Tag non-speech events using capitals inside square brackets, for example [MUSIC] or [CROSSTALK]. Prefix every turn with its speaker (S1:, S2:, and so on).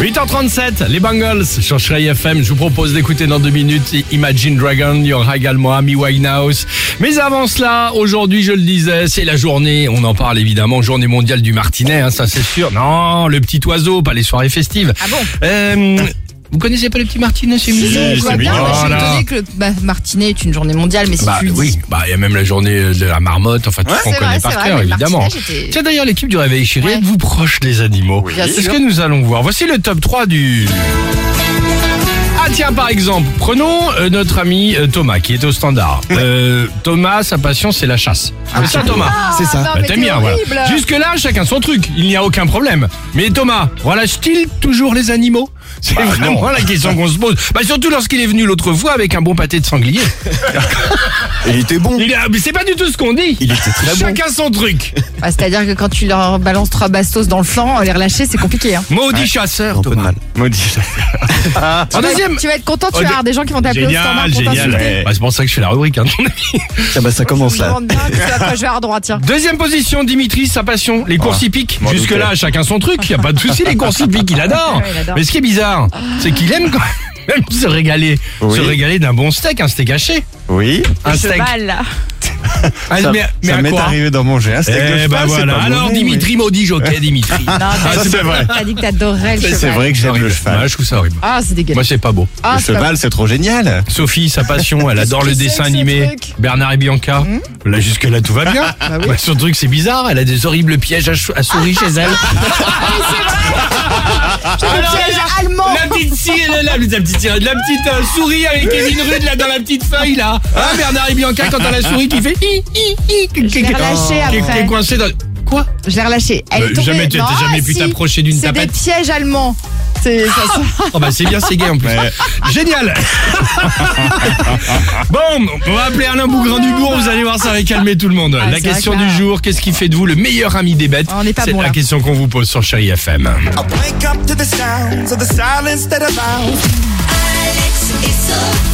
S1: 8h37, les Bengals sur Shrey FM. Je vous propose d'écouter dans deux minutes Imagine Dragon. Il y aura également Amy Winehouse. Mais avant cela, aujourd'hui, je le disais, c'est la journée. On en parle évidemment, journée mondiale du martinet, hein, ça c'est sûr. Non, le petit oiseau, pas les soirées festives.
S2: Ah bon
S1: Euh, vous connaissez pas le petit martinet, c'est mignon.
S2: Je vois bien,
S1: Oh
S2: moi, je suis
S1: là.
S2: étonnée que le bah, Martinet est une journée mondiale, mais si
S1: Bah
S2: tu le dis-
S1: oui, bah il y a même la journée de la marmotte, enfin tout ce qu'on
S2: C'est
S1: connaît
S2: vrai,
S1: par
S2: c'est vrai,
S1: cœur
S2: mais le
S1: évidemment.
S2: martinet, j'étais-
S1: Tiens d'ailleurs l'équipe du Réveil Chéri,
S2: Ouais.
S1: êtes-vous proche des animaux
S2: Bien
S1: C'est ce
S2: sûr.
S1: que nous allons voir. Voici le top 3 du... Ah tiens par exemple, prenons euh, notre ami euh, Thomas qui est au standard. Euh, Thomas, sa passion c'est la chasse. c'est ça Thomas
S2: Ah,
S3: C'est ça.
S2: non,
S1: Bah,
S2: mais
S1: T'aimes
S2: t'es
S1: bien, voilà.
S2: horrible.
S1: Jusque-là, chacun son truc, il n'y a aucun problème. Mais Thomas, relâche-t-il toujours les animaux C'est
S2: Bah,
S1: vraiment la question qu'on se pose. Bah, surtout lorsqu'il est venu l'autre fois avec un bon pâté de sanglier.
S3: Et il était bon.
S1: Il a- mais c'est pas du tout ce qu'on dit.
S3: Il était très bon.
S1: Chacun son truc.
S2: Bah, C'est-à-dire que quand tu leur balances trois bastos dans le flanc, les relâcher, c'est compliqué. Hein.
S1: Maudit chasseur,
S3: Un peu de
S1: Thomas.
S3: mal.
S1: Maudit chasseur. En
S2: Tu
S1: [LAUGHS]
S2: vas-
S1: deuxième.
S2: tu vas être content, tu
S1: Oh,
S2: vas
S1: de-
S2: avoir des gens qui vont t'appeler au standard
S1: Génial,
S2: pour
S1: génial.
S2: t'insulter.
S1: ouais. Bah, c'est pour ça que je fais la rubrique. hein.
S3: Ah bah ça commence
S2: Je me
S3: là.
S2: demande bien que tu vas pas jouer à droit, tiens.
S1: [LAUGHS] Deuxième position, Dimitri, sa passion, les courses hippiques.
S3: m'en
S1: Jusque-là, chacun son truc. Y a pas de souci, les courses hippiques, il adore.
S2: Ouais, il adore.
S1: Mais ce qui est bizarre, c'est qu'il aime quand même se régaler.
S3: Oui.
S1: Se régaler d'un bon steak, un steak haché.
S3: Oui.
S1: Un [LAUGHS] steak.
S2: Cheval.
S1: Ah,
S3: ça
S1: mais mais
S3: ça
S1: à
S3: m'est
S1: quoi
S3: arrivé d'en manger un steak de
S1: Eh
S3: cheval,
S1: bah
S3: c'est
S1: voilà.
S3: pas
S1: Alors,
S3: mauvais,
S1: Dimitri, maudit jockey, Dimitri.
S2: Non,
S3: oui. Ah,
S2: t'as-
S3: c'est vrai.
S2: t'as dit que t'adorais le cheval.
S3: C'est vrai que j'aime le cheval.
S1: Ouais, Ah, je trouve ça horrible.
S2: Ah, c'est
S1: Moi,
S2: dégueulasse.
S1: c'est pas beau.
S2: Ah,
S3: le
S2: c'est pas
S3: cheval, c'est trop génial.
S1: Sophie, sa passion,
S2: [LAUGHS]
S1: elle adore le
S2: Qu'est-ce que
S1: dessin
S2: c'est que ce
S1: animé.
S2: truc Mmh. Ah,
S1: Bernard et Bianca. Là, jusque-là, tout va bien.
S2: oui.
S1: Bah, son truc, c'est bizarre. Elle a des horribles pièges à, chou- à souris chez elle.
S2: Ah,
S1: Alors,
S2: piège
S1: la-
S2: allemand.
S1: Ah, La petite, si- la, la- la petite, la petite euh, souris avec Kevin Rudd là, dans la petite feuille là. Hein, Bernard et Bianca, quand t'as la souris qui fait hi hi hi, qui- qui-
S2: Je l'ai relâché
S1: qui- qui est
S2: après.
S1: coincée dans. Quoi
S2: Je l'ai relâché. Elle
S1: Bah,
S2: est tombée.
S1: jamais tu- t'as
S2: Non, ah,
S1: jamais pu
S2: si.
S1: t'approcher d'une
S2: C'est des
S1: tapette.
S2: pièges allemands. C'est ça, ça.
S1: Oh bah c'est bien, c'est gay en plus. Génial Bon, on va appeler Alain Bougrain-Dubourg, vous allez voir, ça va calmer tout le monde. la
S2: Ah, c'est vrai
S1: question
S2: que là-
S1: du jour, qu'est-ce qui fait de vous le meilleur ami des bêtes
S2: On n'est pas
S1: C'est
S2: bon,
S1: la
S2: là.
S1: question qu'on vous pose sur Chéri FM.
S4: I wake up to the sounds of the silence that abounds.
S5: Alex et Sophie.